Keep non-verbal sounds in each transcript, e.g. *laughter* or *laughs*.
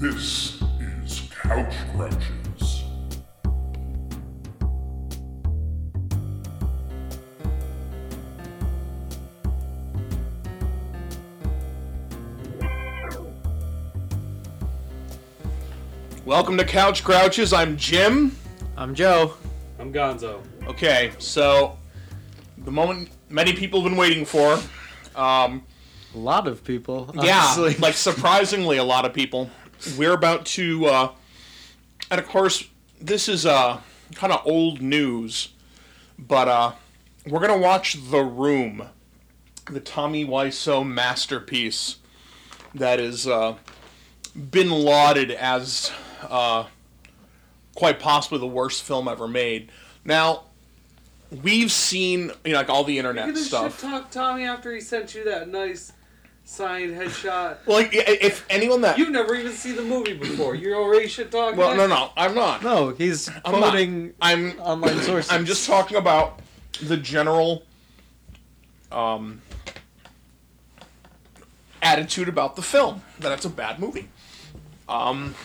This is Couch Crunches. Welcome to Couch Crouches. I'm Jim. I'm Joe. I'm Gonzo. Okay, so the moment many people have been waiting for. Um, A lot of people. Um, yeah, honestly. *laughs* like surprisingly, a lot of people. We're about to, uh, and of course, this is uh, kind of old news, but uh, we're gonna watch The Room, the Tommy Wiseau masterpiece that is uh, been lauded as uh, quite possibly the worst film ever made. Now, we've seen you know like all the internet shit stuff. talk Tommy after he sent you that nice signed headshot. Well, like, i- if anyone that You've never even seen the movie before. You're already shit talking. well, no, no, I'm not. no, he's I'm not. quoting I'm online sources. I'm just talking about the general um, attitude about the film that it's a bad movie. Um,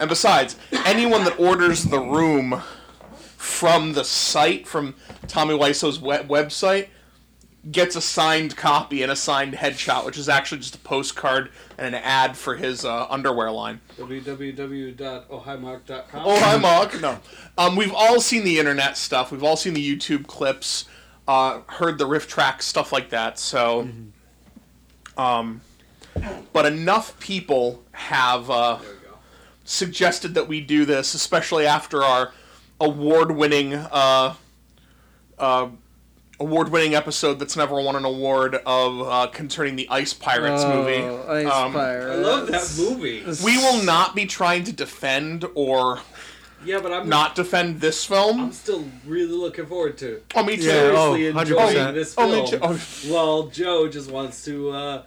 and besides, anyone that orders the room from the site from Tommy Wiseau's we- website gets a signed copy and a signed headshot, which is actually just a postcard and an ad for his uh, underwear line. www.ohimock.com. Oh, hi, Mark. No. Um, we've all seen the internet stuff. We've all seen the YouTube clips, uh, heard the riff track, stuff like that. So, um, but enough people have uh, There we go. suggested that we do this, especially after our award-winning, uh, uh, award-winning episode that's never won an award of uh, concerning the Ice Pirates oh, movie. Ice Um, I love that movie. we will not be trying to defend or Yeah, but I'm not defend this film. I'm still really looking forward to it. Oh, me too. Yeah, oh, Seriously enjoying 100%. this Oh, film. me too. Oh. While Joe just wants to uh,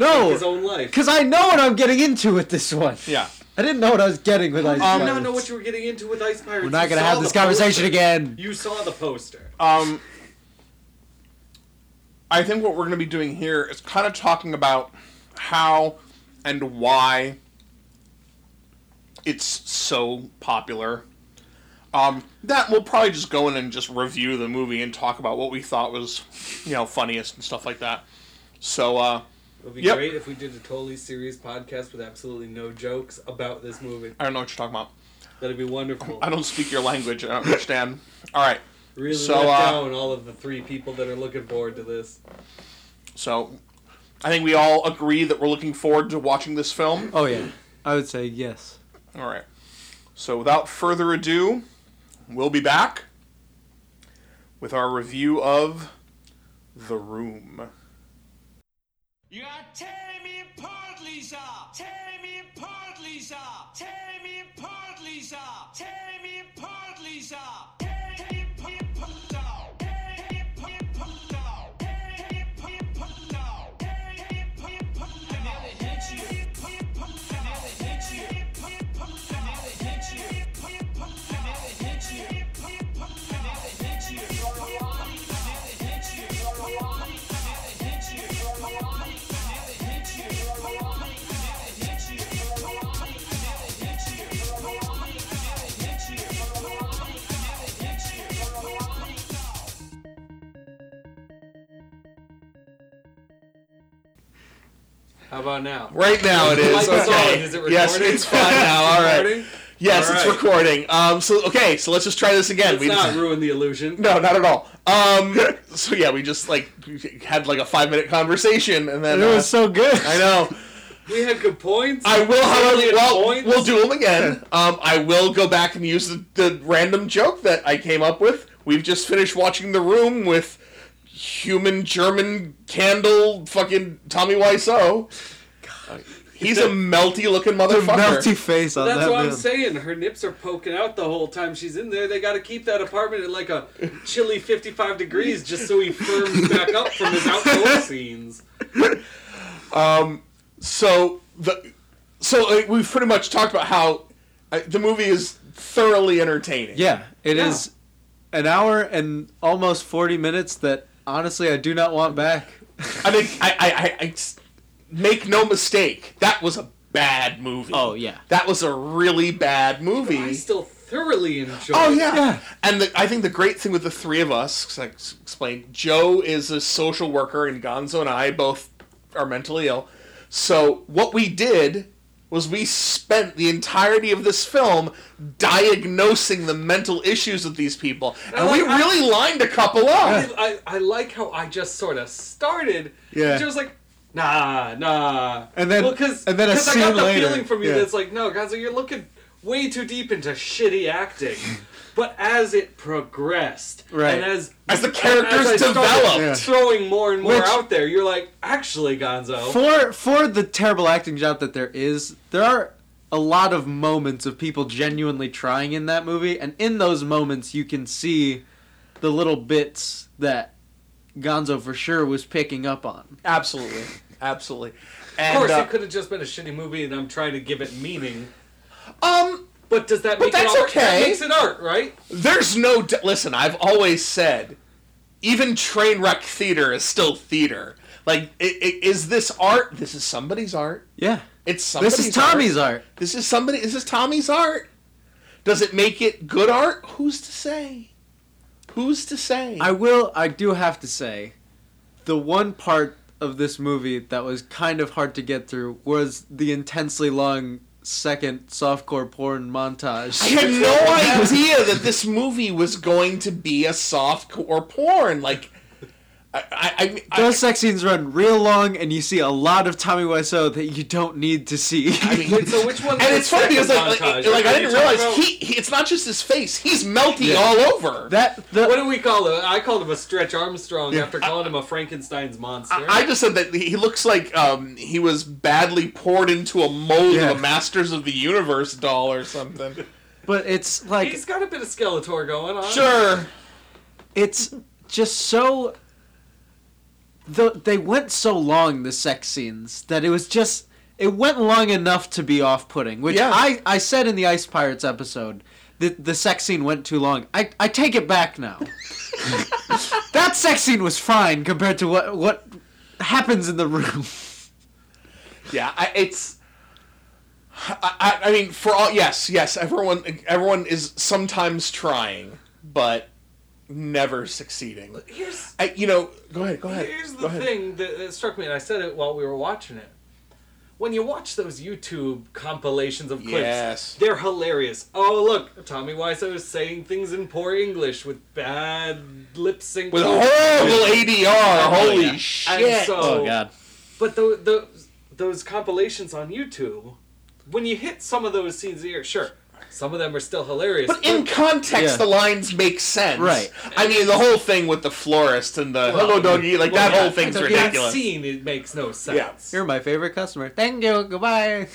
Oh, live his No, own life. because I know what I'm getting into with this one. Yeah. I didn't know what I was getting with Ice I did Pirates. um, not know Um, what you were getting into with Ice Pirates. We're not You gonna saw have this the conversation poster. again. You saw the poster. Um, I think what we're going to be doing here is kind of talking about how and why it's so popular. Um, that we'll probably just go in and just review the movie and talk about what we thought was, you know, funniest and stuff like that. So, uh, It would be Yep. great if we did a totally serious podcast with absolutely no jokes about this movie. I don't know what you're talking about. That'd be wonderful. I don't speak your language. I don't understand. All right. really so, let uh, down all of the three people that are looking forward to this. So, I think we all agree that we're looking forward to watching this film. Oh yeah, I would say yes. All right. So without further ado, we'll be back with our review of The Room. You are tearing me apart, Lisa! Tearing me apart, Lisa! Tearing me apart, Lisa! Tearing me apart, Lisa! Tearing me apart, Lisa! Tearing me apart, Lisa! Tearing me apart, Lisa! Tearing me apart, Lisa! I nearly hit you. I nearly hit you. I nearly hit you. I nearly hit you. I nearly hit you. I nearly hit you. I nearly hit you. How about now? Right now it is. *laughs* Mike is Okay. on. Is it yes, recording? it's fine now. All right. Recording? Yes, All it's right. recording. Um, so okay, so let's just try this again. Let's we *laughs* not just, ruin the illusion. no, not at all. Um, *laughs* so yeah, we just like had like a five minute conversation, and then It uh, was so good. I know. We had good points. I will, however, Salient well, points. we'll do them again. Um, I will go back and use the, the random joke that I came up with. We've just finished watching The Room with human German candle fucking Tommy Wiseau. He's a melty looking motherfucker. *laughs* Melty face on That's that what man. I'm saying. Her nips are poking out the whole time she's in there. They got to keep that apartment at like a chilly 55 degrees just so he firms back up from his *laughs* outdoor scenes. so the so uh, we've pretty much talked about how uh, the movie is thoroughly entertaining. Yeah, it is Yeah. an hour and almost forty minutes that honestly I do not want back. I think I I, I, I s- make no mistake. That was a bad movie. Oh, yeah. that was a really bad movie. I still thoroughly enjoy. Oh it. yeah. Yeah. and the, I think the great thing with the three of us, 'cause I s- explained, Joe is a social worker, and Gonzo and I both are mentally ill. So what we did was we spent the entirety of this film diagnosing the mental issues of these people, and we like, I- really lined a couple up. I, I like how I just sort of started. Yeah. and She was like, nah, nah. And then- well, cause, and then a 'cause I scene got the later, feeling from you yeah. that's like, no, guys, you're looking way too deep into shitty *laughs* acting. but as it progressed, Right. and *laughs* as As the and characters I started developed. Yeah. *laughs* throwing more and more Which- out there, you're like, actually, Gonzo. for for the terrible acting job that there is, there are a lot of moments of people genuinely trying in that movie, and in those moments, you can see the little bits that Gonzo for sure was picking up on. Absolutely, absolutely. of And, course, uh, it could have just been a shitty movie, and I'm trying to give it meaning. um, But does that But make that's it art? That okay. makes it art, right? There's no d listen. I've always said, even Trainwreck theater is still theater. Like, i i is this art? This is somebody's art. Yeah, It's somebody's. this is Tommy's art. This is somebody. This is Tommy's art. Does it make it good art? Who's to say? Who's to say? I will. I do have to say, the one part of this movie that was kind of hard to get through was the intensely long second softcore porn montage. I had no idea that this movie was going to be a soft or porn. Like, I, I, I, Those sex scenes run real long, and you see a lot of Tommy Wiseau that you don't need to see. I mean, Wait, so which one? And it's funny because like, like, like, I didn't realize he. he, he it's not just his face he's melting Yeah. all over. *laughs* that the What do we call it? I called him a Stretch Armstrong after calling him a Frankenstein's monster. I just said that he looks like um, he was badly poured into a mold Yeah. of a Masters of the Universe doll or *laughs* something. but it's like He's got a bit of Skeletor going on. sure, it's just so the, they went so long the sex scenes that it was just it went long enough to be off-putting which Yeah. I, I said in the ice pirates episode that the sex scene went too long i, I take it *laughs* back now that sex scene was fine compared to what what happens in the room yeah, I, it's. I, I, I mean, for all yes, yes, everyone everyone is sometimes trying, but never succeeding. Here's I, you know, go ahead, go ahead. here's the go ahead. thing that, that struck me, and I said it while we were watching it. When you watch those YouTube compilations of clips, Yes. they're hilarious. Oh look, Tommy Wiseau is saying things in poor English with bad lip sync. With horrible ADR, holy yeah. shit! Oh, so- Oh, God. But tho- those those compilations on YouTube, when you hit some of those scenes here, sure, some of them are still hilarious. But in context, Yeah. the lines make sense. Right. I mean, the whole thing with the florist and the hello doggy, like that yeah, whole thing's okay. ridiculous. That scene it makes no sense. you're my favorite customer thank you goodbye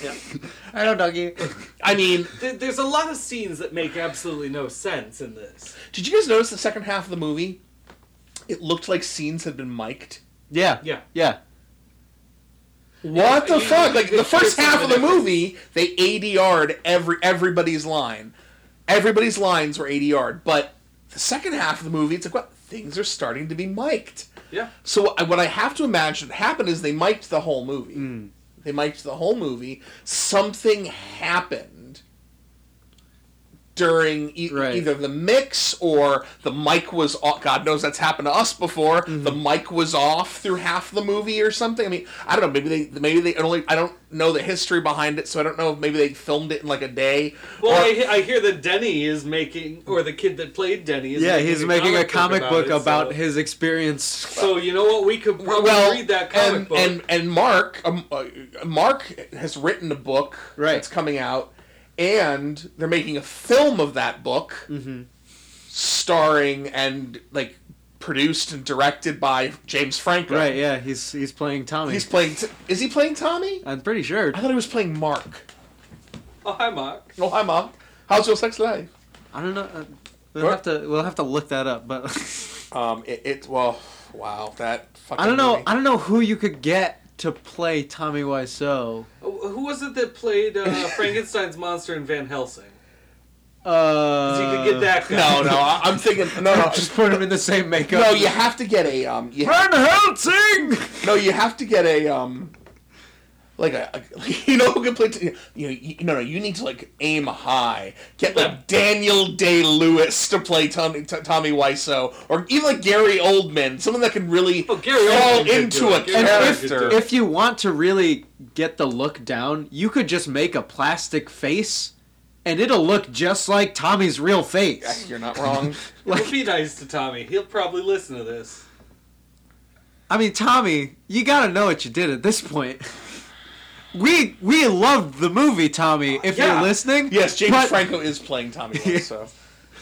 i don't doggy I mean, *laughs* There- There's a lot of scenes that make absolutely no sense in this. did you guys notice the second half of the movie? It looked like scenes had been mic'd. yeah Yeah. yeah What the you- fuck? you Like could the first hear half some of of the the difference. movie, they ADR'd every everybody's line. Everybody's lines were ADR'd, but the second half of the movie, it's like what things are starting to be mic'd. Yeah. So I- what I have to imagine happened is they mic'd the whole movie. They mic'd the whole movie. Something happened during e- Right. either the mix or the mic was off. God knows that's happened to us before. Mm-hmm. The mic was off through half the movie or something. I mean, I don't know. Maybe they maybe they only. I don't know the history behind it, so I don't know. if Maybe they filmed it in like a day. Well, or- I, he- I hear that Denny is making, or the kid that played Denny is. yeah he's making a comic book about, it, so- his experience So you know what? We could probably read that comic and, book. And and Mark um, uh, Mark has written a book Right. that's coming out, and they're making a film of that book, Mm-hmm. starring and like produced and directed by James Franco. Right, yeah, he's he's playing Tommy. He's playing. T- is he playing Tommy? I'm pretty sure. I thought he was playing Mark. oh, hi, Mark. Oh hi mom. How's your sex life? I don't know. uh, We'll have to we'll have to look that up, but Um, it, it well, wow, that fucking. *laughs* I don't know. movie. I don't know who you could get to play Tommy Wiseau. Who who was it that played uh, *laughs* Frankenstein's monster in Van Helsing? Uh, So you could get that guy. No, *laughs* no, I, I'm thinking. No, *laughs* no, *laughs* Just put him in the same makeup. no. You have to get a um. You Van Helsing. No, you have to get a um like *laughs* a, a- you know who can play. T- you, you no no you need to like aim high. Get like Daniel Day Lewis to play Tommy T- Tommy Wiseau, or even like Gary Oldman, someone that can really Oh, Gary fall Oldman could into do a it. Gary Oldman could character. do it. If you want to really get the look down, you could just make a plastic face, and it'll look just like Tommy's real face. You're not *laughs* wrong. Well, be nice to Tommy. He'll probably listen to this. I mean, Tommy, you gotta know what you did at this point. We we loved the movie, Tommy. If Yeah. you're listening, yes, James but- Franco is playing *laughs* Tommy Wiseau,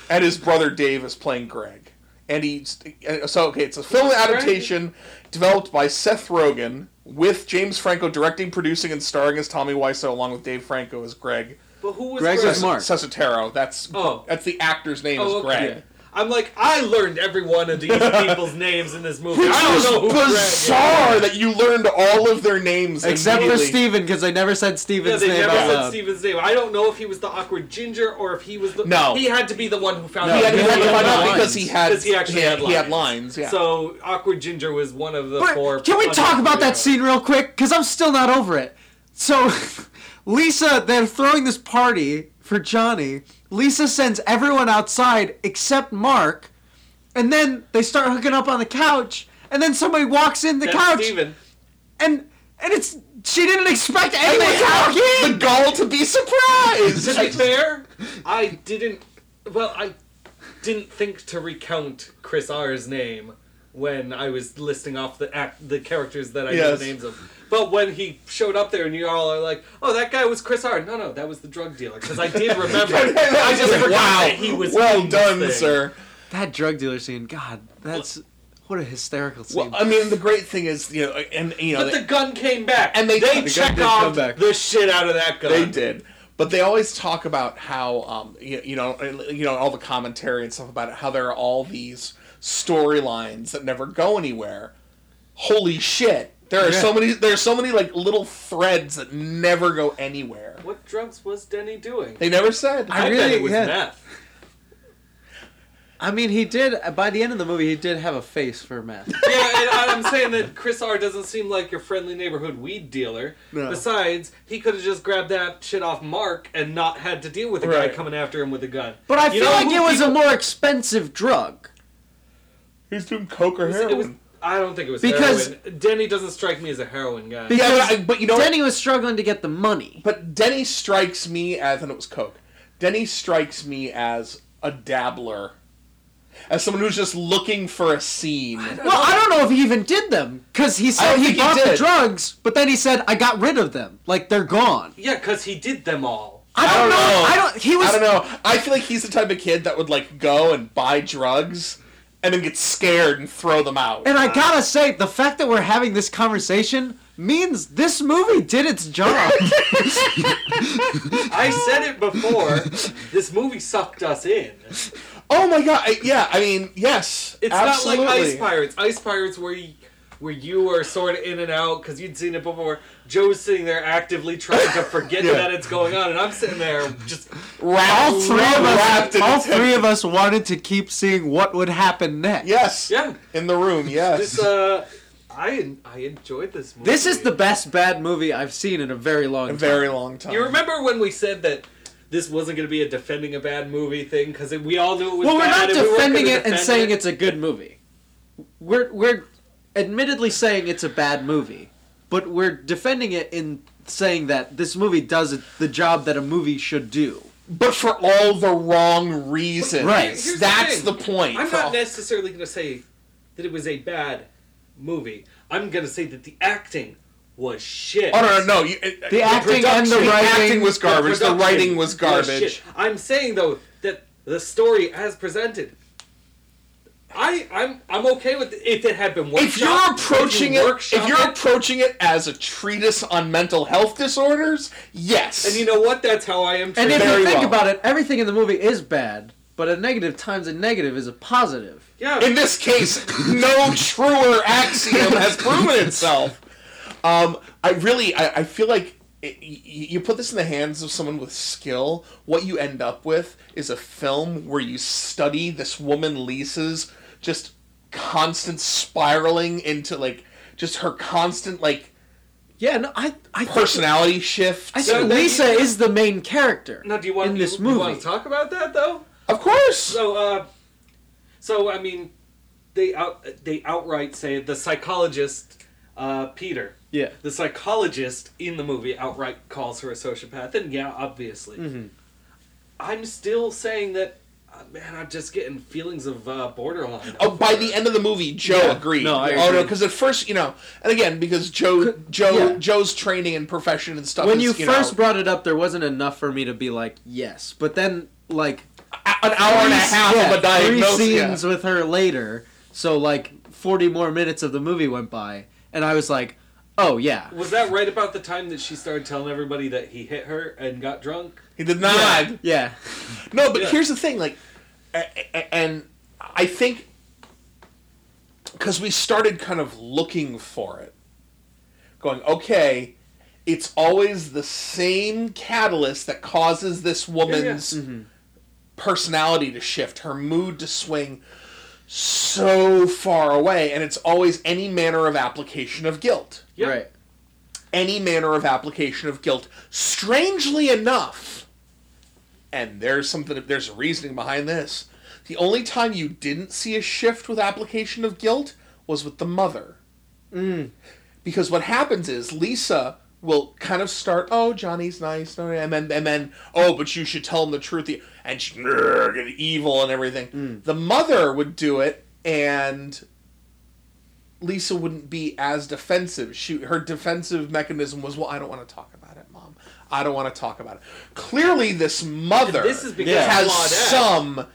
and his brother Dave is playing Greg. And he's uh, so okay. It's a film Greg? adaptation developed by Seth Rogen with James Franco directing, producing, and starring as Tommy Wiseau, along with Dave Franco as Greg. But who was Greg's Greg? is Mark. Sesotero. That's Oh. that's the actor's name Oh, is okay. Greg. I'm like, I learned every one of these people's names in this movie. I Oh, don't know who Greg is. bizarre that you learned all of their names except for immediately. Steven, because I never said Yeah, Steven's they name never out said loud. Steven's name. I don't know if he was the awkward ginger or if he was the. No. He had to be the one who found No, out. He had, he Yeah, had he to had find out lines. because he had Because he actually had lines. he had lines. Yeah. So awkward ginger was one of the four. But can we talk about that scene real quick? Because I'm still not over it. So, *laughs* Lisa, they're throwing this party for Johnny. Lisa sends everyone outside except Mark, and then they start hooking up on the couch. And then somebody walks in the That's couch, Steven. and and it's she didn't expect anyone to walk the in. goal to be To be surprised. fair, I didn't. Well, I didn't think to recount Chris R's name when I was listing off the act, the characters that I knew Yes. the names of. But when he showed up there, and you all are like, "Oh, that guy was Chris R." No, no, that was the drug dealer. Because I *laughs* did remember. *laughs* I just forgot that he was. well in this done, thing. sir. That drug dealer scene, God, that's what a hysterical scene. Well, I mean, the great thing is, you know, and you know, But the gun came back, And they- the they gun check did come out back. the shit out of that gun. They did. But they always talk about how um, you, you know you know all the commentary and stuff about how there are all these storylines that never go anywhere. Holy shit! There are so many. There are so many like little threads that never go anywhere. What drugs was Denny doing? They never said. I, I bet really- it was yeah. meth. I mean, he did. By the end of the movie, he did have a face for meth. yeah, and I- I'm saying that Chris R doesn't seem like your friendly neighborhood weed dealer. No. Besides, he could have just grabbed that shit off Mark and not had to deal with a guy Right. coming after him with a gun. But I You feel know like who it was a people- more expensive drug. Who's doing coke or it was- heroin? *laughs* It was, I don't think it was Because- heroin. Denny doesn't strike me as a heroin guy. yeah, but, I- but you know, what? Denny was struggling to get the money. but Denny strikes me as, and it was coke. Denny strikes me as a dabbler, as someone who's just looking for a scene. Well, I don't know if he even did them because he I said don't he think he bought the did. drugs, but then he said I got rid of them, like they're gone. yeah, because he did them all. I don't, know. I don't. He was. I don't know. I feel like he's the type of kid that would like go and buy drugs and then get scared and throw them out. And I gotta say, the fact that we're having this conversation means this movie did *laughs* its job. I said *laughs* it before. this movie sucked us in. It's oh my god! I, yeah, I mean, yes, absolutely. not like Ice Pirates. Ice Pirates where you, where you are sort of in and out because you'd seen it before. Joe's sitting there actively trying to *laughs* forget Yeah. that it's going on, and I'm sitting there just Wrapped, all three of wrapped us. in All attention. three of us wanted to keep seeing what would happen next. Yes. Yeah. In the room. This Yes. uh, I I enjoyed this movie. This is the best bad movie I've seen in a very long A time. very long time. You remember when we said that this wasn't going to be a defending a bad movie thing because we all knew it was. Well, we're bad not and we weren't defending gonna it and defend saying it's a good movie. We're we're admittedly saying it's a bad movie, but we're defending it in saying that this movie does it- the job that a movie should do. But for all the wrong reasons. Right. Here's the That's thing. the, point. I'm For not all- necessarily going to say that it was a bad movie. I'm going to say that the acting was shit. Oh no no no! You, it- The acting and the production- writing- acting was garbage. The, production Oh, writing was garbage. shit. I'm saying though that the story as presented. I, I'm I'm okay with it if it had been if you're workshopped, approaching you it, if workshop you're it, approaching it as a treatise on mental health disorders, yes. And you know what? That's how I am. And treated. if Very you think well. about it, everything in the movie is bad, but a negative times a negative is a positive. yeah, in this case, no truer axiom has proven itself. Um, I really, I, I feel like it, y- you put this in the hands of someone with skill. What you end up with is a film where you study this woman Lisa's just constant spiraling into like just her constant like Yeah, no, I I think- personality shifts. I think Yeah, Lisa that- is the main character. Now, do you want in to this you, movie? you want to talk about that though? of course. So, uh, so I mean, they out they outright say the psychologist, uh, Peter, Yeah, the psychologist in the movie outright calls her a sociopath, and yeah, obviously. Mm-hmm. I'm still saying that, uh, man, I'm just getting feelings of uh, borderline. Oh, by the end of the movie, Joe Yeah. agreed. No, I Oh no, agree. because at first, you know, and again, because Joe, Joe, yeah. Joe's training and profession and stuff. when is, you know, first brought it up, there wasn't enough for me to be like yes, but then like a- an hour and a half of a diagnosis. Three yeah. scenes with her later, so like forty more minutes of the movie went by, and I was like, oh yeah, Was that right about the time that she started telling everybody that he hit her and got drunk? He did not. yeah, No, but Yeah. here's the thing, like, a- a- and I think because we started kind of looking for it, going, okay, it's always the same catalyst that causes this woman's personality to shift, her mood to swing so far away, and it's always any manner of application of guilt Yeah. right, any manner of application of guilt. Strangely enough, and there's something, there's a reasoning behind this. The only time you didn't see a shift with application of guilt was with the mother. Because what happens is Lisa will kind of start, oh, Johnny's nice, no, no," and then, and then, oh, but you should tell him the truth, and she, "Grr," and evil and everything. Mm. The mother would do it, and Lisa wouldn't be as defensive. She her defensive mechanism was, well, I don't want to talk about it, mom. I don't want to talk about it. Clearly, this mother This is because Yeah. has Claudette- some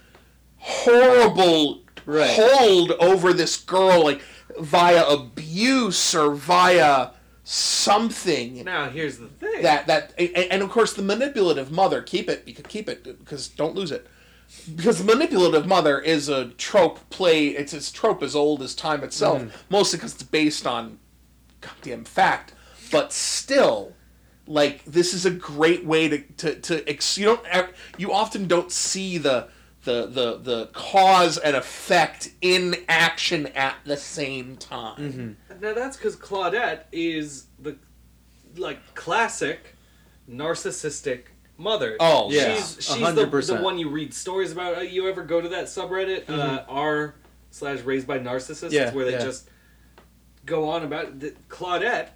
horrible Right. hold over this girl, like via abuse or via something. Now here's the thing. That that and, and of course the manipulative mother keep it because keep it because don't lose it because the manipulative mother is a trope play it's a trope as old as time itself mostly because it's based on goddamn fact but still like this is a great way to to, to ex- you don't ev- you often don't see the the, the the cause and effect in action at the same time Now that's because Claudette is the like classic narcissistic mother. Oh, yeah. she's she's The, 100%. the one you read stories about. Uh, You ever go to that subreddit uh, Mm-hmm. r slash raised by narcissists Yeah, where they yeah. just go on about the, Claudette.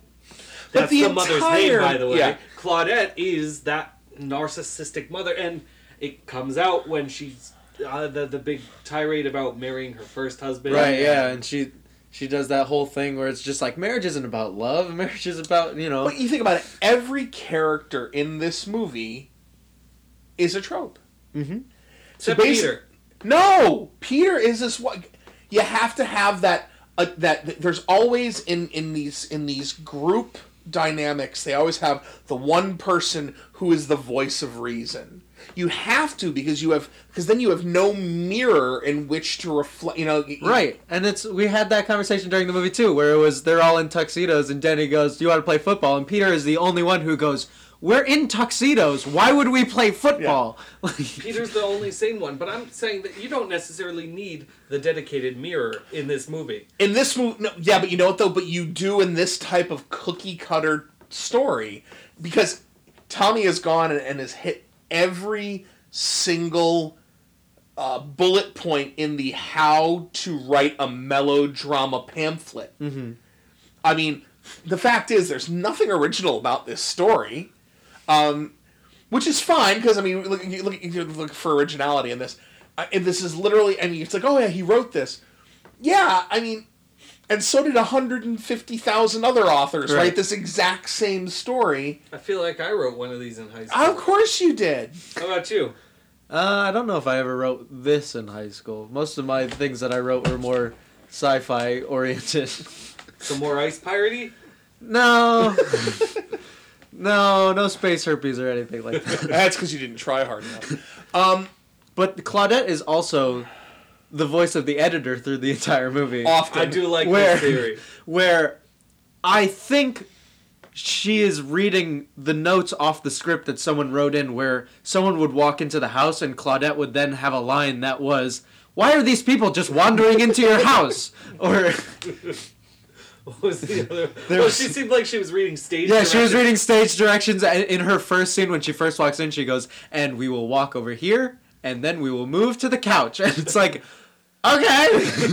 That's But the the, mother's name, entire- by the way. yeah. Claudette is that narcissistic mother, and it comes out when she's uh, the the big tirade about marrying her first husband. right, yeah, and she she does that whole thing where it's just like marriage isn't about love, *laughs* marriage is about you know But you think about it, every character in this movie is a trope. Except basi- Peter. No, Peter is this what you have to have that uh, that th- there's always in in these in these group dynamics they always have the one person who is the voice of reason. You have to because you have because then you have no mirror in which to reflect, you know, y- y- Right, and it's we had that conversation during the movie too, where it was they're all in tuxedos, and Denny goes, "Do you want to play football?" And Peter is the only one who goes, "We're in tuxedos. Why would we play football?" *laughs* *laughs* Like, Peter's the only sane one, but I'm saying that you don't necessarily need the dedicated mirror in this movie. in this movie no, yeah but you know what though but you do in this type of cookie cutter story because tommy has gone and, and has hit every single uh, bullet point in the how to write a melodrama pamphlet i mean the fact is there's nothing original about this story um, which is fine because I mean, look, you look, you look for originality in this. I, and this is literally, I mean, it's like, oh yeah, he wrote this. Yeah, I mean, and so did 150,000 other authors, right. Right. This exact same story. I feel like I wrote one of these in high school. Of course you did. How about you? uh, I don't know if I ever wrote this in high school. Most of my things that I wrote were more sci-fi oriented. *laughs* Some more ice piratey? no, no, no space herpes or anything like that. *laughs* That's because you didn't try hard *laughs* enough. But Claudette is also the voice of the editor through the entire movie. Often. I do like Where? this theory. *laughs* where I think she is reading the notes off the script that someone wrote in where someone would walk into the house and Claudette would then have a line that was why are these people just wandering into your house or What was the other? There well, was- she seemed like she was reading stage. Yeah, she was directions. reading stage directions and in her first scene when she first walks in. She goes, "And we will walk over here, and then we will move to the couch." *laughs* And it's like, okay,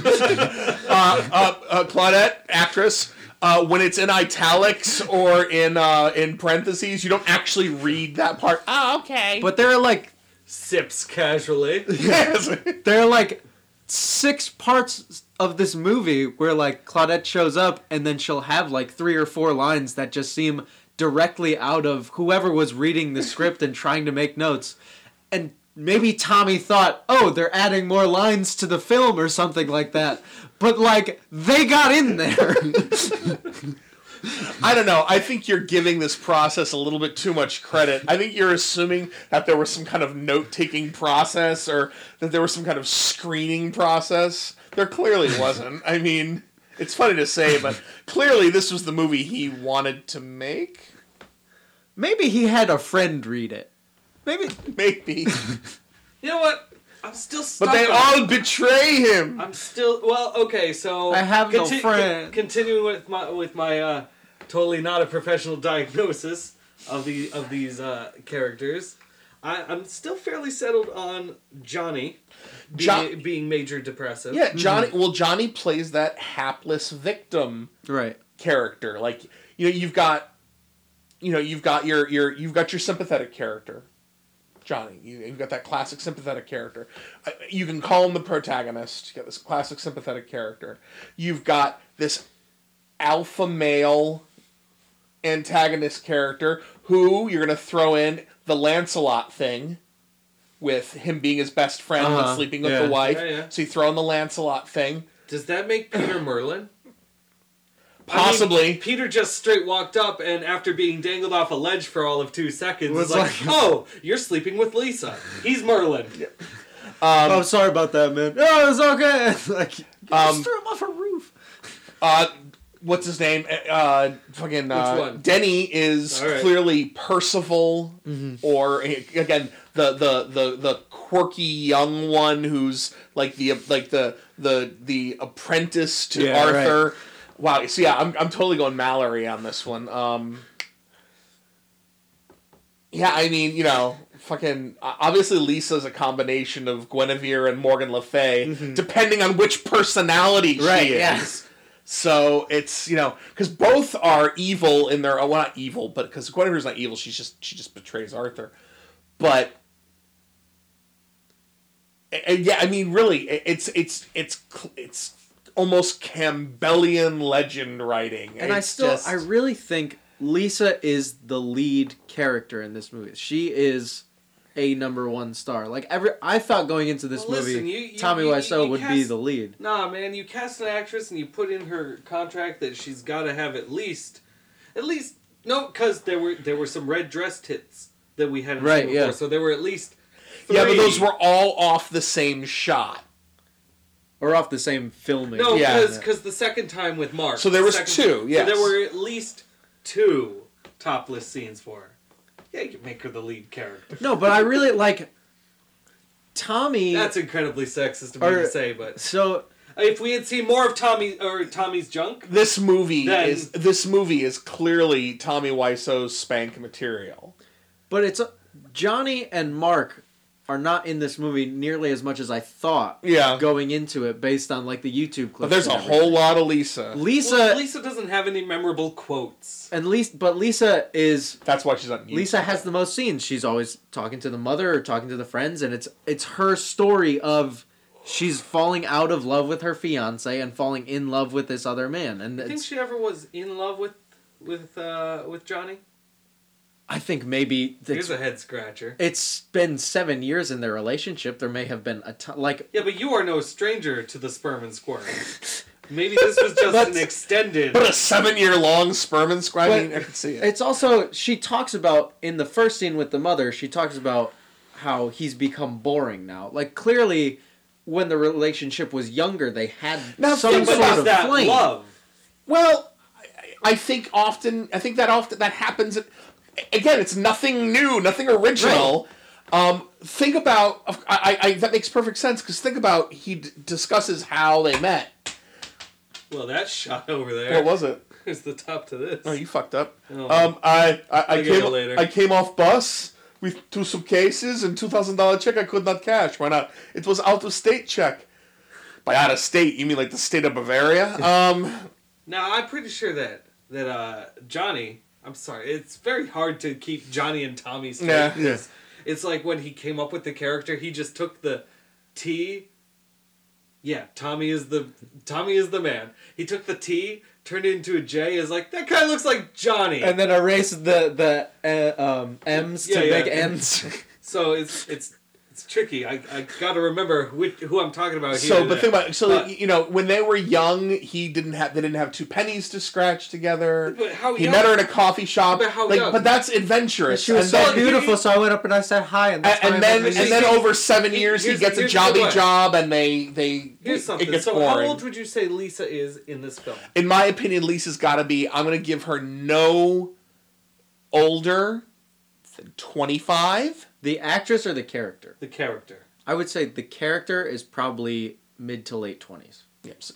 uh, uh, Claudette, actress. Uh, when it's in italics or in uh, in parentheses, you don't actually read that part. *laughs* Ah, okay. but there are like sips casually. yes. there are like six parts of this movie where like Claudette shows up, and then she'll have like three or four lines that just seem directly out of whoever was reading the script and trying to make notes, and. Maybe Tommy thought, oh, they're adding more lines to the film or something like that. But, like, they got in there. *laughs* I don't know. I think you're giving this process a little bit too much credit. I think you're assuming that there was some kind of note taking process or that there was some kind of screening process. There clearly wasn't. I mean, it's funny to say, but clearly this was the movie he wanted to make. *laughs* Maybe he had a friend read it. Maybe Maybe. You know what? I'm still stuck. But they on- all betray him. I'm still well. Okay, so I have no conti- friend. continuing with my with my uh, totally not a professional *laughs* diagnosis of the of these uh, characters. I, I'm still fairly settled on Johnny being, John- being major depressive. Yeah, Johnny. Well, Johnny plays that hapless victim right. character. Like you know, you've got, you know, you've got your your you've got your sympathetic character, Johnny. You, you've got that classic sympathetic character. Uh, You can call him the protagonist. You got this classic sympathetic character. You've got this alpha male antagonist character who you're gonna throw in the Lancelot thing. With him being his best friend Uh-huh, and sleeping with yeah. the wife, Yeah, yeah. so you throw in the Lancelot thing. Does that make *clears throat* Peter Merlin? I mean, Possibly, Peter just straight walked up and after being dangled off a ledge for all of two seconds, Was was like, like- *laughs* "Oh, you're sleeping with Lisa. He's Merlin." oh, I'm sorry about that, man. Oh, it's okay. *laughs* It's like, you Um, just threw him off a roof. Uh, what's his name? Uh, fucking uh, one? Denny is All right. clearly Percival, Mm-hmm. or again the, the the the quirky young one who's like the like the the the apprentice to Yeah, right. Arthur. Wow. So yeah, I'm I'm totally going Mallory on this one. Um, yeah, I mean, you know, fucking o- obviously Lisa's a combination of Guinevere and Morgan Le Fay, depending on which personality Mm-hmm. Right, she is. yes. So it's you know because both are evil in their well not evil but because Guinevere's not evil she's just she just betrays Arthur, but a- and yeah I mean really i- it's it's it's cl- it's almost Campbellian legend writing And I It's still, just- I really think Lisa is the lead character in this movie. She is a number one star. Like every, I thought going into this Well, movie, listen, you- you- Tommy you- you- Wiseau you would be cast- the lead. Nah, man, you cast an actress and you put in her contract that she's got to have at least, at least no, because there were there were some red dressed hits that we hadn't Right, seen yeah. before, so there were at least. yeah but three. those were all off the same shot Or off the same filming. no, yeah. because the second time with Mark, So there was second- two, yes. so there were at least two topless scenes for her. Yeah, you can make her the lead character. No, but I really like Tommy. That's incredibly sexist of me Or- to say, but so if we had seen more of Tommy or Tommy's junk, this movie Then- is this movie is clearly Tommy Wiseau's spank material. But it's Johnny and Mark are not in this movie nearly as much as I thought. Yeah. Going into it based on like the YouTube clips. But there's and a everything. whole lot of Lisa. Lisa well, Lisa doesn't have any memorable quotes. and Lisa, but Lisa is That's why she's on. YouTube. Lisa has the most scenes. She's always talking to the mother or talking to the friends, and it's it's her story of she's falling out of love with her fiance and falling in love with this other man. And I think it's, she ever was in love with with uh, with Johnny. I think maybe it's, Here's a head scratcher. it's been seven years in their relationship. There may have been a ton, like Yeah, but you are no stranger to the sperm and *laughs* squirm. Maybe this was just an That's- extended. But a seven year long sperm and squirm. I mean, I But can see it. It's also she talks about in the first scene with the mother. She talks about how he's become boring now. Like clearly, when the relationship was younger, they had Now, some think but sort about was of that flame. love? Well, I- I think often, I think that often that happens. Again, it's nothing new, nothing original. Um, think about I, I, I that makes perfect sense because think about he d- discusses how they met. Well, that shot over there What was it? is the top to this. Oh, you fucked up. Oh. Um, I I, I I'll get came it later. I came off bus with two suitcases and two thousand dollar check I could not cash. Why not? It was out of state check. By out of state, you mean like the state of *laughs* Bavaria? Um, Now I'm pretty sure that that uh, Johnny. I'm sorry, it's very hard to keep Johnny and Tommy straight. Yeah. 'cause Yeah. It's like when he came up with the character, he just took the T. Yeah, Tommy is the Tommy is the man. He took the T, turned it into a J. Is like that guy looks like Johnny. And then erase the the uh, um, M's Yeah, to yeah. big *laughs* N's. so it's it's it's tricky. I I gotta remember which, who I'm talking about here. so, but think about it. so But- you know when they were young, he didn't have they didn't have two pennies to scratch together. But how he young? met her in a coffee shop. But how like, young? but that's adventurous. she was and so then, beautiful, so I went up and I said hi, and, that's and, how and I then met and Mrs. then over seven He- years, he here's- gets a here's the good jobby one. job, and they they Here's it something. gets So boring. how old would you say Lisa is in this film? in my opinion, Lisa's got to be. I'm gonna give her no older than 25. the actress or the character. The character. I would say the character is probably mid to late twenties. Yes.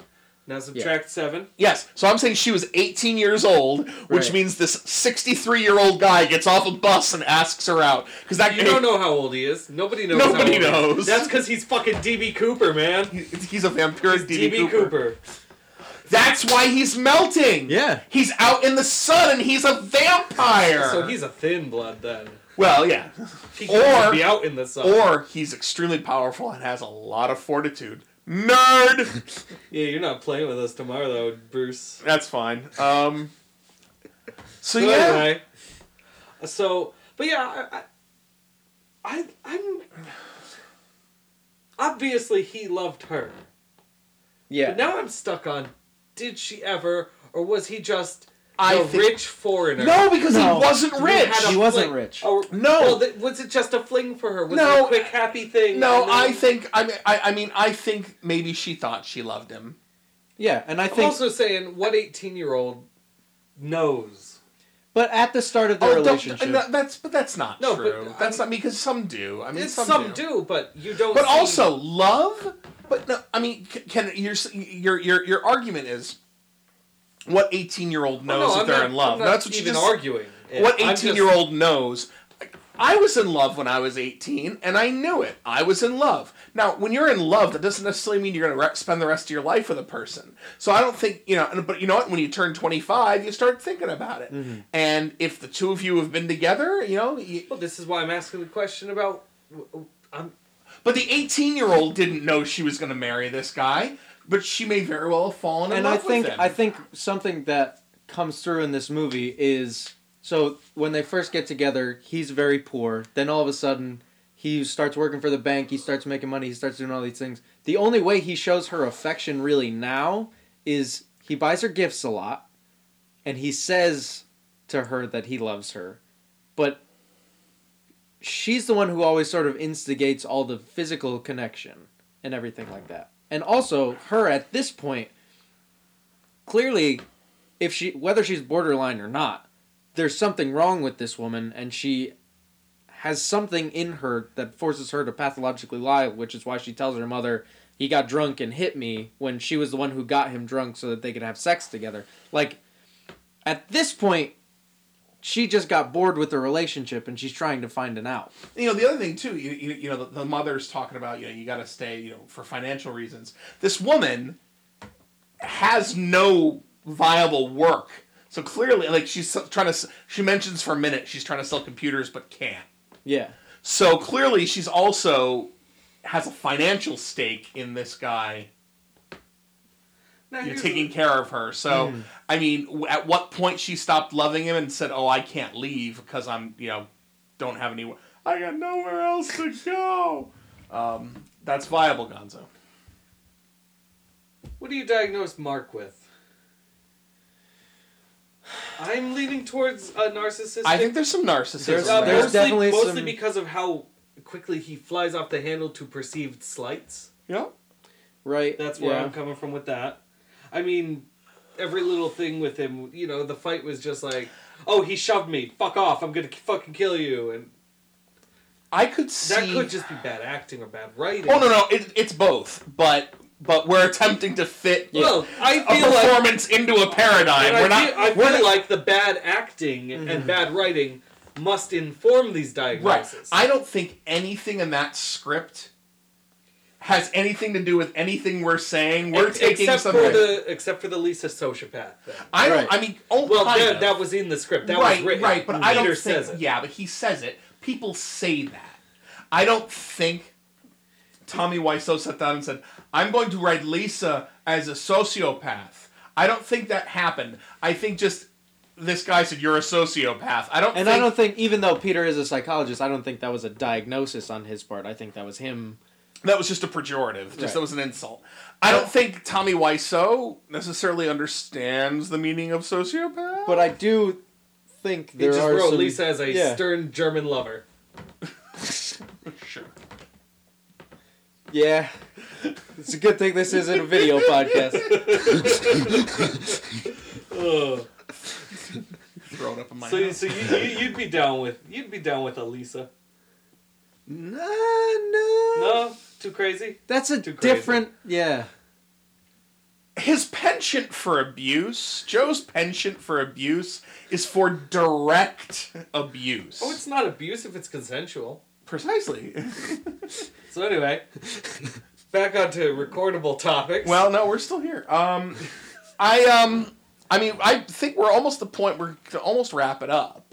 Now subtract seven. Yes. So I'm saying she was 18 years old, which Right. means this 63 year old guy gets off a bus and asks her out because that You don't know how old he is. Nobody knows. Nobody how old he is. knows. That's because he's fucking DB Cooper, man. He- He's a vampiric DB, DB Cooper. Cooper. That's why he's melting. Yeah. He's out in the sun and he's a vampire. So he's a thin blood then. well, yeah. He Or- could be out in the sun. Or he's extremely powerful and has a lot of fortitude. Nerd. yeah, you're not playing with us tomorrow though, Bruce. That's fine. Um, so So Oh, yeah, anyway, so but yeah, I, I, I I'm obviously he loved her. Yeah. But now I'm stuck on: did she ever, or was he just I a think- rich foreigner? no, because No. he wasn't rich. had a He wasn't fling. rich. Oh, No. Well, th- was it just a fling for her? Was No. it a quick happy thing? no, And then- I think I mean I, I mean I think maybe she thought she loved him. Yeah, and I I'm think, also saying what eighteen-year-old knows. but at the start of Oh, their Oh, don't- relationship, and that- that's but that's not No, but true. that's I'm- not because some do. I mean, It's some, some, do. but you don't. But see- also love. But no, I mean, c- can your s- your your your argument is what eighteen year old Well, knows Oh, no, if I'm they're not- in love? I'm not that's what you even just arguing. it. what I'm 18 just- year old knows i was in love when i was 18 and i knew it i was in love now when you're in love that doesn't necessarily mean you're going to re- spend the rest of your life with a person so i don't think you know and- but you know what when you turn 25 you start thinking about it Mm-hmm. and if the two of you have been together you know you, Well, this is why I'm asking the question about. w- w- I'm but the 18 year old didn't know she was going to marry this guy but she may very well have fallen in and I love think with him I think something that comes through in this movie is so when they first get together, he's very poor. Then all of a sudden, he starts working for the bank. He starts making money. He starts doing all these things. The only way he shows her affection really now is he buys her gifts a lot, and he says to her that he loves her, but. She's the one who always sort of instigates all the physical connection and everything like that. And also, her at this point clearly if she whether she's borderline or not there's something wrong with this woman and she has something in her that forces her to pathologically lie which is why she tells her mother he got drunk and hit me when she was the one who got him drunk so that they could have sex together like at this point she just got bored with the relationship and she's trying to find an out you know the other thing too you, you, you know the, the mother's talking about you know you got to stay you know for financial reasons this woman has no viable work so clearly like she's so- trying to s- she mentions for a minute she's trying to sell computers but can't yeah so clearly she's also has a financial stake in this guy you now know, *laughs* here's taking the- care of her so i mean w- at what point she stopped loving him and said oh i can't leave because i'm you know don't have anywhere i got nowhere else to go um, that's viable gonzo What do you diagnose Mark with? I'm leaning towards a narcissistic. I think there's some narcissism. There's- Uh, there. there's- mostly, definitely mostly some- because of how quickly he flies off the handle to perceived slights. yeah. right That's where yeah. I'm coming from with that. I mean, every little thing with him, you know, the fight was just like, oh, he shoved me. Fuck off. I'm gonna k- fucking kill you. And I could see. that could just be bad acting or bad writing. Oh no no, it, it's both. But but we're attempting to fit Well, I a feel like performance into a paradigm. And I We're not. feel, I we're feel not- Mm-hmm. like the bad acting and bad writing must inform these Right. diagnoses. I don't think anything in that script has anything to do with anything we're saying. We're Ex- taking except something. for the except for the Lisa sociopath. Thing. I don't. Right. I mean, oh, Well, kind that, of. that was in the script. That right, was written. right. But I Peter don't think. says it. Yeah, but he says it. People say that. I don't think Tommy Wiseau sat down and said, "I'm going to write Lisa as a sociopath." I don't think that happened. I think just this guy said, "You're a sociopath." I don't. And think, I don't think, even though Peter is a psychologist, I don't think that was a diagnosis on his part. I think that was him. That was just a pejorative. Just Right. that was an insult. I don't think Tommy Wiseau necessarily understands the meaning of sociopath. But I do think He there just are wrote some- Lisa as a yeah. stern German lover. sure. Yeah. It's a good thing this isn't a *laughs* video podcast. Ugh. Throw it up in my So, house. so you, you, you'd be down with you'd be down with a Lisa? Nah, no. No, too crazy. That's a Too crazy. different. Yeah. His penchant for abuse, Joe's penchant for abuse, is for direct abuse. Oh, it's not abuse if it's consensual. precisely. So *laughs* anyway, back onto recordable topics. well, no, we're still here. Um, I um, I mean, I think we're almost the point where we can almost wrap it up.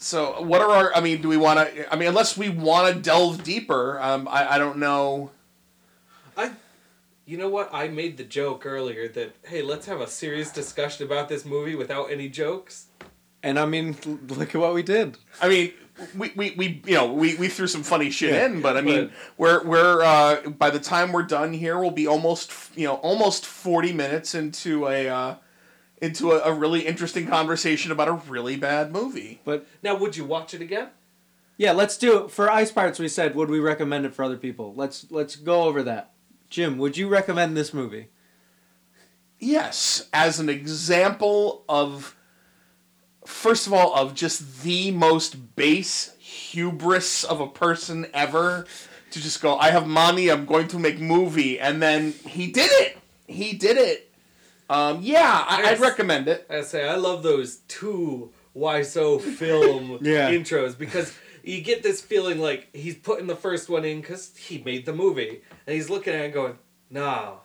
So, what are our? I mean, do we want to? I mean, unless we want to delve deeper, um, I, I don't know. I, you know what? I made the joke earlier that hey, let's have a serious discussion about this movie without any jokes. And I mean, *laughs* l- look at what we did. I mean, we, we, we you know we, we threw some funny shit Yeah. in, but I mean, we're we're uh, by the time we're done here, we'll be almost you know almost forty minutes into a uh, into a, a really interesting conversation about a really bad movie. But Now, would you watch it again? yeah, let's do it. For Ice Pirates, we said, would we recommend it for other people? Let's let's go over that. Jim, would you recommend this movie? Yes, as an example of first of all of just the most base hubris of a person ever to just go I have money, I'm going to make movie and then he did it. He did it. Um, yeah, I, Yes. I'd recommend it. I say I love those two why so film *laughs* Yeah. intros because you get this feeling like he's putting the first one in because he made the movie and he's looking at it going, no,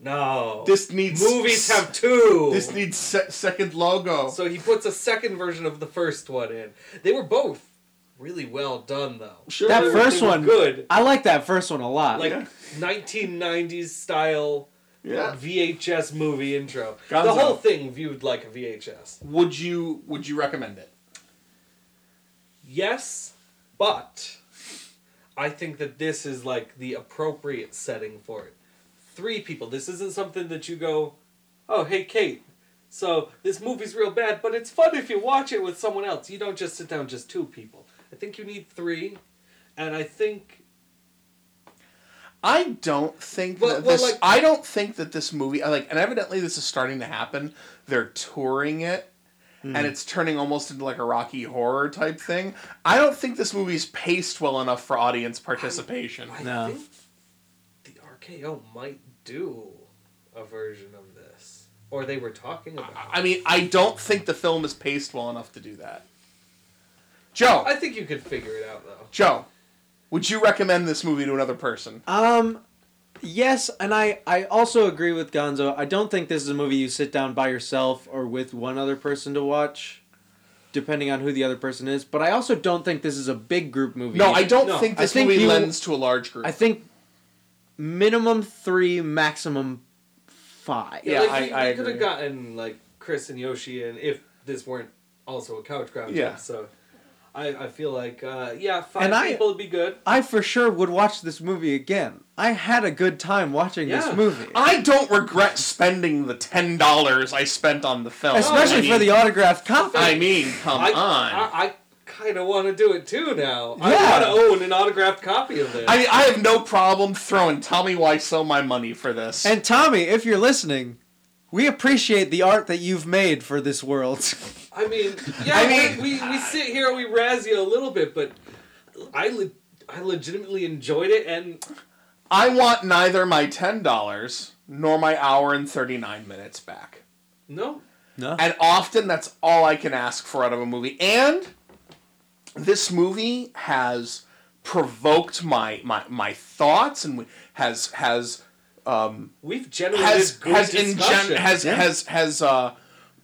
no, This needs movies *laughs* have two. this needs se- second logo. so he puts a second version of the first one in. They were both really well done though. Sure. That They were- first they were one. good. I like that first one a lot. like Yeah. 1990s style yeah. VHS movie intro. Gonzo. The whole thing viewed like a VHS. Would you would you recommend it? Yes, but I think that this is like the appropriate setting for it. Three people. This isn't something that you go, oh, hey, Kate. So this movie's real bad, but it's fun if you watch it with someone else. You don't just sit down just two people. I think you need three, and I think I don't think Well- that well, this. like- I don't think that this movie. I Like, and evidently this is starting to happen. They're touring it, Hmm. and it's turning almost into like a Rocky Horror type thing. I don't think this movie's paced well enough for audience participation. I No. think the RKO might do a version of this, or they were talking about. it. I mean, I don't think the film is paced well enough to do that. Joe, I think you could figure it out though. Joe, would you recommend this movie to another person? Um, yes, and I I also agree with Gonzo. I don't think this is a movie you sit down by yourself or with one other person to watch, depending on who the other person is. But I also don't think this is a big group movie. No, either. I don't No, think I this think movie you- lends to a large group. I think minimum three, maximum five. Yeah, like, I- we, I could agree. have gotten like Chris and Yoshi, and if this weren't also a couch crowd. Yeah. Yeah. So, I I feel like uh, yeah, five And I- people would be good. I for sure would watch this movie again. I had a good time watching Yeah. this movie. I don't regret spending the ten dollars I spent on the film, Especially I Oh, for mean- the autographed copy. I mean, come I on. I, I kind of want to do it too now. Yeah. I want to own an autographed copy of this. I mean, I have no problem throwing Tommy Wiseau my money for this. and Tommy, if you're listening, we appreciate the art that you've made for this world. *laughs* *laughs* I mean, yeah, I mean- we, we, we sit here and we razz you a little bit, but I, le- I legitimately enjoyed it, and I want neither my ten dollars nor my hour and thirty nine minutes back. No. No. And often that's all I can ask for out of a movie. And this movie has provoked my my, my thoughts and has has We've generated has good has ingen- discussion. has Yeah. has has uh,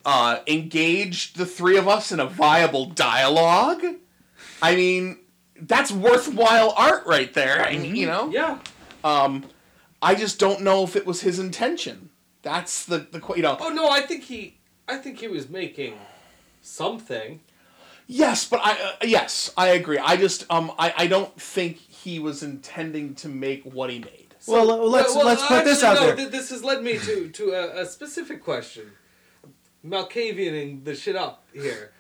uh, engaged the three of us in a viable dialogue. I mean, that's worthwhile art right there. I mean, you know, Mm-hmm. yeah. I just don't know if it was his intention. That's the the que- you know. Oh no, I think he I think he was making something. Yes, but I uh, yes, I agree. I just um I I don't think he was intending to make what he made. well, let's Well, let's put this actually, out no, there. th- this has led me to to a, a specific question. Malkavianing the shit up here.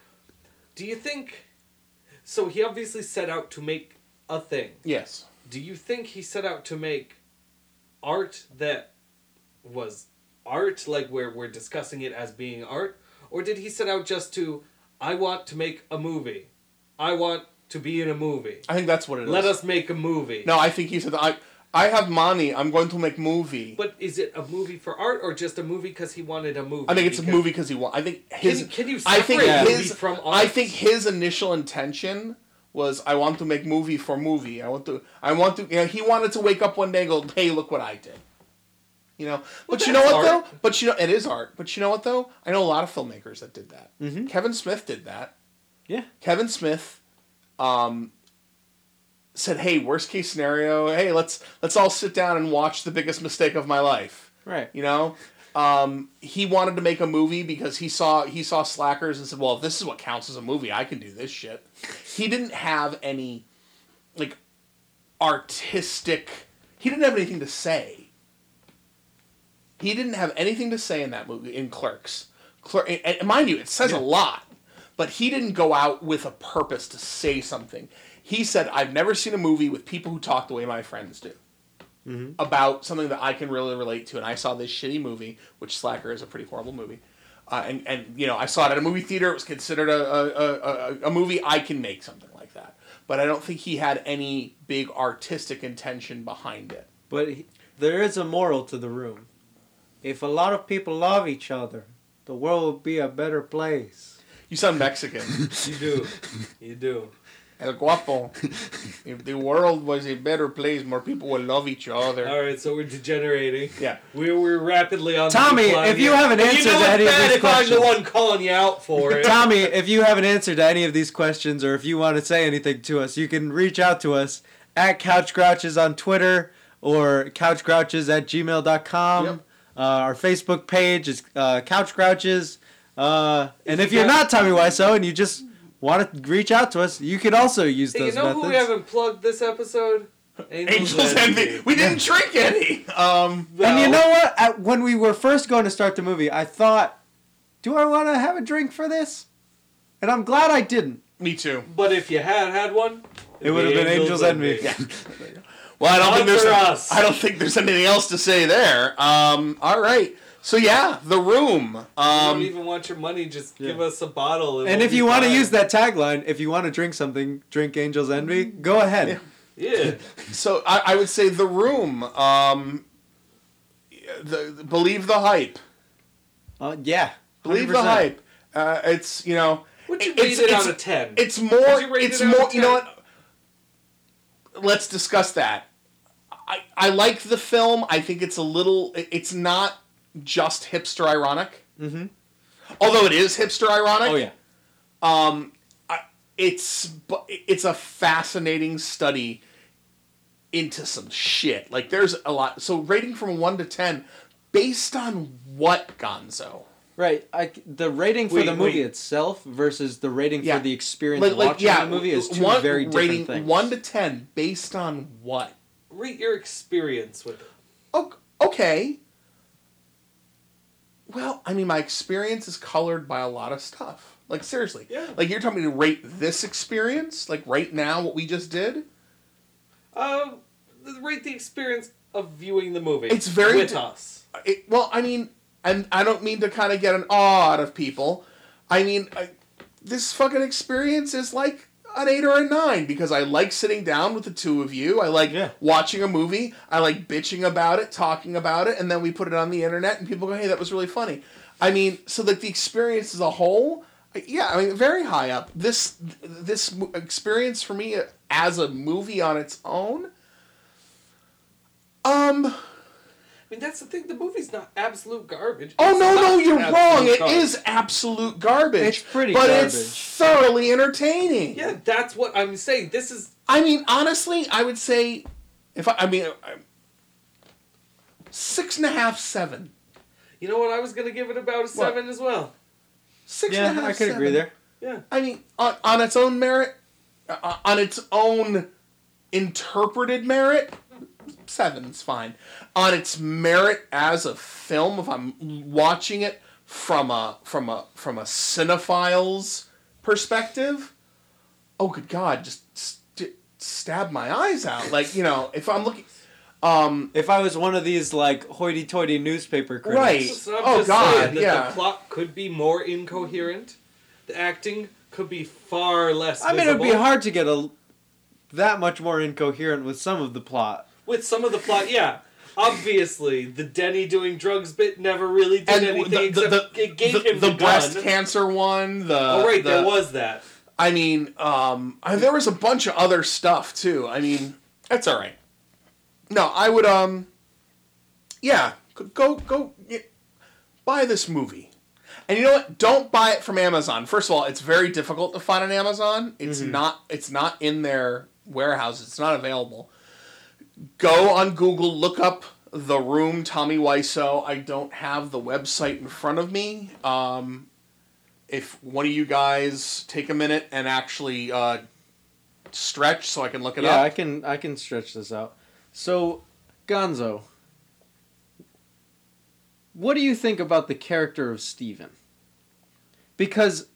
Do you think? So he obviously set out to make a thing. Yes. Do you think he set out to make art that was art, like where we're discussing it as being art, or did he set out just to? I want to make a movie. I want to be in a movie. I think that's what it is. Let us make a movie. No, I think he said I I have money. I'm going to make movie. But is it a movie for art or just a movie because he wanted a movie? I think it's a Because- movie because he won. I think his. can you I think separate his. movie from I art? think his initial intention was I want to make movie for movie. I want to. I want to. You know, he wanted to wake up one day and go, hey, look what I did. You know, but you know that's what art. though? But you know, it is art. But you know what though? I know a lot of filmmakers that did that. Mm-hmm. Kevin Smith did that. yeah. Kevin Smith um, said, "Hey, worst case scenario, hey, let's let's all sit down and watch the biggest mistake of my life." Right. You know, um, he wanted to make a movie because he saw he saw slackers and said, "Well, if this is what counts as a movie. I can do this shit." He didn't have any like artistic. He didn't have anything to say. He didn't have anything to say in that movie in Clerks. Clerk, and, and mind you, it says a lot, but he didn't go out with a purpose to say something. He said, "I've never seen a movie with people who talk the way my friends do." About something that I can really relate to, and I saw this shitty movie, which Slacker is a pretty horrible movie, uh, and and you know I saw it at a movie theater. It was considered a a, a- a, a movie I can make something like that, but I don't think he had any big artistic intention behind it. But he, there is a moral to the room. If a lot of people love each other, the world will be a better place. You sound Mexican. *laughs* You *laughs* do. You do. El guapo. if the world was a better place, more people would love each other. All right, so we're degenerating. Yeah. We were rapidly on. the Tommy, decline if you here. have an And answer you to know it's any of bad these if I'm the questions. one calling you out *laughs* for it. Tommy, if you have an answer to any of these questions or if you want to say anything to us, you can reach out to us at Couch Grouches on Twitter or couchgrouches at gmail.com. Yep. Uh, our Facebook page is uh, Couch Grouches. Uh, and you if you're not got- Tommy Wiseau and you just want to reach out to us, you could also use Hey, those you know methods. who we haven't plugged this *laughs* episode? Angels envy. We didn't drink any. Um, And you know what? At, when we were first going to start the movie, I thought, do I want to have a drink for this? And I'm glad I didn't. me too. But if you had had one, It would have been Angels Envy. Well, I don't think Not there's. for us. I don't think there's anything else to say there. Um, all right. So yeah, the room. I don't Um, even want your money. Just give us a bottle. *laughs* And if you want to use that, that tagline, if you want to drink something, drink Angel's Envy, go ahead. *laughs* yeah. so I, I would say the room. Um, the, believe the hype. Uh, yeah. Believe the 100%. hype. Uh, it's you know. Would you it's- rate it it's- out of ten? It's more. Would you rate It's it out more. of You know 10? what? Let's discuss that. I I like the film. I think it's a little. it- It's not just hipster ironic. Mm-hmm. Although it is hipster ironic. Oh, yeah. It's bu- it's a fascinating study into some shit. Like there's a lot. So rating from one to ten, based on what Gonzo? Right. I, the rating for Wait, the movie wait. itself versus the rating Yeah. for the experience Like, of like watching yeah, the movie is two one, very different rating things. One to ten, based on what? Rate your experience with it. O- okay. Well, I mean, my experience is colored by a lot of stuff. Like seriously, Yeah. Like you're telling me to rate this experience, like right now, what we just did. Um, rate the experience of viewing the movie. It's very- with us. It, well, I mean, and I don't mean to kind of get an awe out of people. I mean, I, this fucking experience is like an eight or a nine because I like sitting down with the two of you. I like Yeah. watching a movie. I like bitching about it, talking about it, and then we put it on the internet and people go, "Hey, that was really funny." I mean, so like the experience as a whole, I- yeah, I mean, very high up. This this mo- experience for me as a movie on its own, um. I mean, that's the thing. The movie's not absolute garbage. Oh It's no, not no, you're absolute wrong. It garbage. is absolute garbage. It's pretty but garbage. it's thoroughly entertaining. Yeah, that's what I'm saying. This is I mean, honestly, I would say, if I, I mean, I- six and a half, seven. You know what? I was gonna give it about a seven as well. Six and a Yeah, half, I could seven. agree there. Yeah. I mean, on, on its own merit, uh, on its own interpreted merit, seven's fine. On its merit as a film, if I'm watching it from a from a from a cinephile's perspective, oh good God, just st- stab my eyes out. Like you know, if I'm looking, If I was one of these like hoity-toity newspaper critics, Right. So I'm Oh, just God, saying that yeah. The plot could be more incoherent. The acting could be far less. I mean, it'd be visible. hard to get a that much more incoherent with some of the plot. with some of the plot. Yeah. Obviously, the Denny doing drugs bit never really did anything except it gave the- him the the, breast gun. cancer one. The oh right, the, there was that. I mean, um, I, there was a bunch of other stuff too. I mean, that's all right. No, I would. Um, yeah, g- go go y buy this movie. And you know what? Don't buy it from Amazon. First of all, it's very difficult to find on Amazon. It's Mm-hmm. not. It's not in their warehouses. It's not available. Go on Google. Look up the room Tommy Wiseau. I don't have the website in front of me. Um, if one of you guys take a minute and actually uh, stretch, so I can look it yeah, up. I can I can stretch this out. So, Gonzo, what do you think about the character of Steven? Because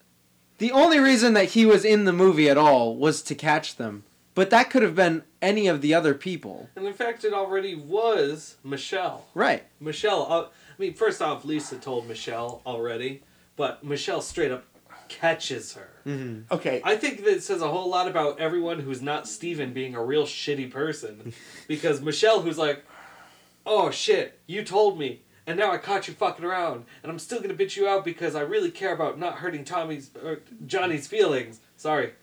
the only reason that he was in the movie at all was to catch them, but that could have been any of the other people. And in fact, it already was Michelle. Right. Michelle. Uh, I mean, first off, Lisa told Michelle already, but Michelle straight up catches her. okay, I think that it says a whole lot about everyone who's not Steven being a real shitty *laughs* person. because Michelle, who's like, oh shit, you told me, and now I caught you fucking around, and I'm still gonna bitch you out because I really care about not hurting Tommy's, or Johnny's feelings. Sorry.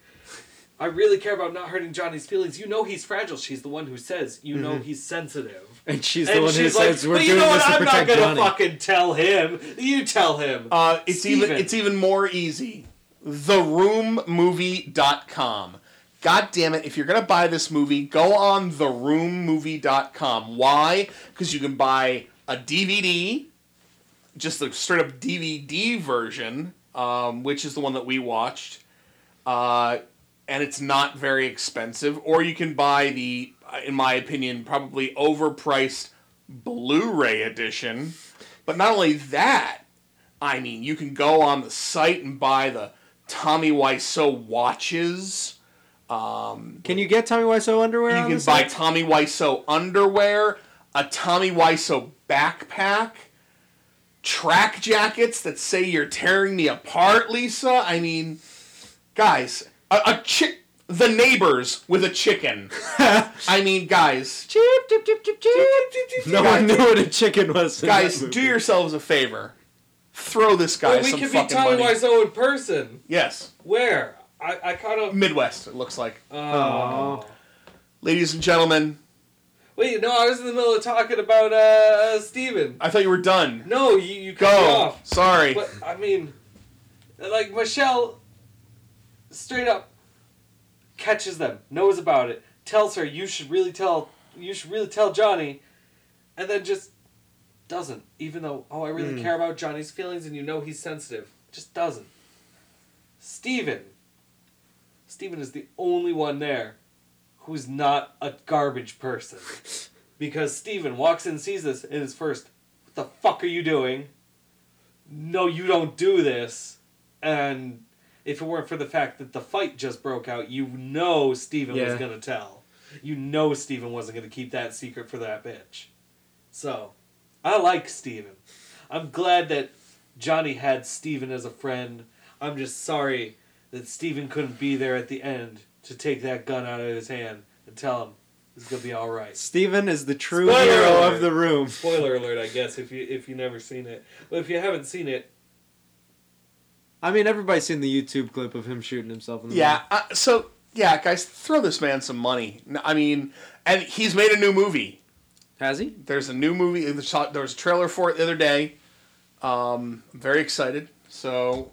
I really care about not hurting Johnny's feelings. You know he's fragile. She's the one who says, you know he's sensitive. And she's Mm-hmm. the and one she's who like, says we're but you doing know this what? to I'm not protect gonna Johnny. fucking tell him. You tell him. Uh, it's even Steven. it's even more easy. TheRoomMovie.com. God damn it, if you're gonna buy this movie, go on TheRoomMovie.com. Why? Because you can buy a DVD, just the straight up DVD version, um, which is the one that we watched. Uh, and it's not very expensive. Or you can buy the, in my opinion, probably overpriced Blu ray edition. But not only that, I mean, you can go on the site and buy the Tommy Wiseau watches. Can you get Tommy Wiseau underwear? You on can this buy app? Tommy Wiseau underwear, a Tommy Wiseau backpack, track jackets that say "You're tearing me apart, Lisa." I mean, guys, a, a chick, the neighbors with a *laughs* chicken. I mean, guys, Chip, chip, chip, chip, chip. No one knew what a chicken was. in guys, that movie. do yourselves a favor. Throw this guy we some could be fucking Tommy money. Wiseau in person. Yes, Where? I, I caught up. Midwest. It looks like, Oh. ladies and gentlemen. Wait, no, I was in the middle of talking about uh, Steven. I thought you were done. No, you, you cut me Go. off. Sorry. But, I mean, like, Michelle straight up catches them, knows about it, tells her, you should really tell, you should really tell Johnny, and then just doesn't, even though, oh, I really Hmm. care about Johnny's feelings and you know he's sensitive. Just doesn't. Steven. Steven is the only one there who's not a garbage person. because Steven walks in, sees this, and is first, what the fuck are you doing? No, you don't do this. And if it weren't for the fact that the fight just broke out, you know Steven was Yeah. going to tell. You know Steven wasn't going to keep that secret for that bitch. So, I like Steven. I'm glad that Johnny had Steven as a friend. I'm just sorry that Steven couldn't be there at the end to take that gun out of his hand and tell him it's gonna be all right. Steven is the true Spoiler hero alert. of the room. Spoiler alert, I guess if you if you never seen it, well if you haven't seen it, I mean, everybody's seen the YouTube clip of him shooting himself in the Yeah. Uh, so yeah, guys, throw this man some money. N- I mean, and he's made a new movie. leg. Has he? There's a new movie. There was there was a trailer for it the other day. Um, I'm very excited. So,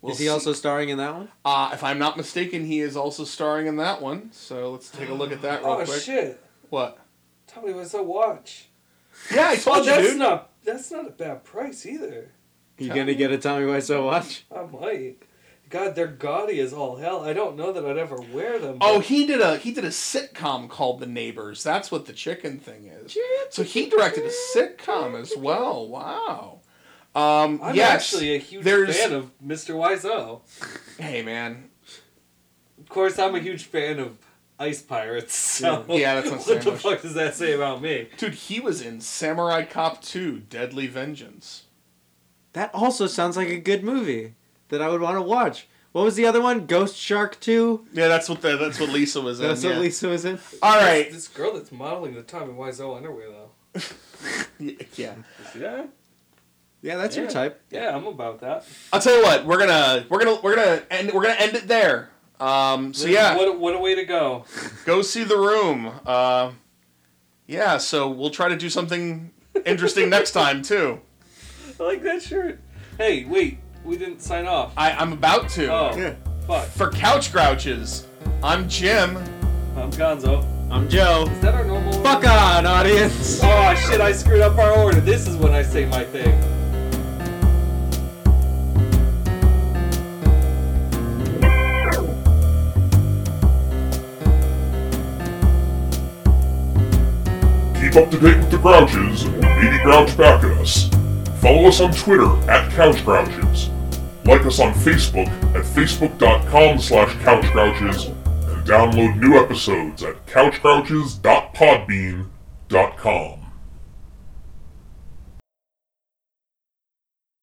we'll is he see. also starring in that one? Uh, if I'm not mistaken, he is also starring in that one. So let's take a look at that real oh quick. shit, What? tell me what's I watch. Yeah, I told Oh, you, that's dude. not that's not a bad price either. You gonna get a Tommy Wiseau watch? I might. God, they're gaudy as all hell. I don't know that I'd ever wear them. Oh, but- he did a he did a sitcom called The Neighbors. That's what the chicken thing is. So he directed a sitcom as well. Wow. Um, I'm yes, actually a huge there's- fan of Mr. Wiseau. Hey man, Of course, I'm a huge fan of Ice Pirates. So Yeah, that's not what the sandwich. fuck does that say about me? dude, he was in Samurai Cop 2: Deadly Vengeance. That also sounds like a good movie that I would want to watch. What was the other one? Ghost Shark Two. Yeah, that's what the, that's what Lisa was in. That's yeah. what Lisa was in. All right. This girl that's modeling the Tommy Wiseau underwear though. Yeah. Yeah, Yeah, that's your Yeah. type. yeah, I'm about that. I'll tell you what. We're gonna we're gonna we're gonna end we're gonna end it there. Um, so yeah, what a- what a way to go. go see the room. Uh, yeah. So we'll try to do something interesting next time too. I like that shirt. Hey, wait, we didn't sign off. I, I'm about to. Oh, fuck. For couch grouches, I'm Jim. I'm Gonzo. I'm Joe. Is that our normal? Fuck on, audience. Oh shit! I screwed up our order. This is when I say my thing. Keep up to date with the Grouches or maybe grouch back at us. Follow us on Twitter at Couch Grouches. Like us on Facebook at facebook.com slash couchgrouches and download new episodes at couchgrouches.podbean.com.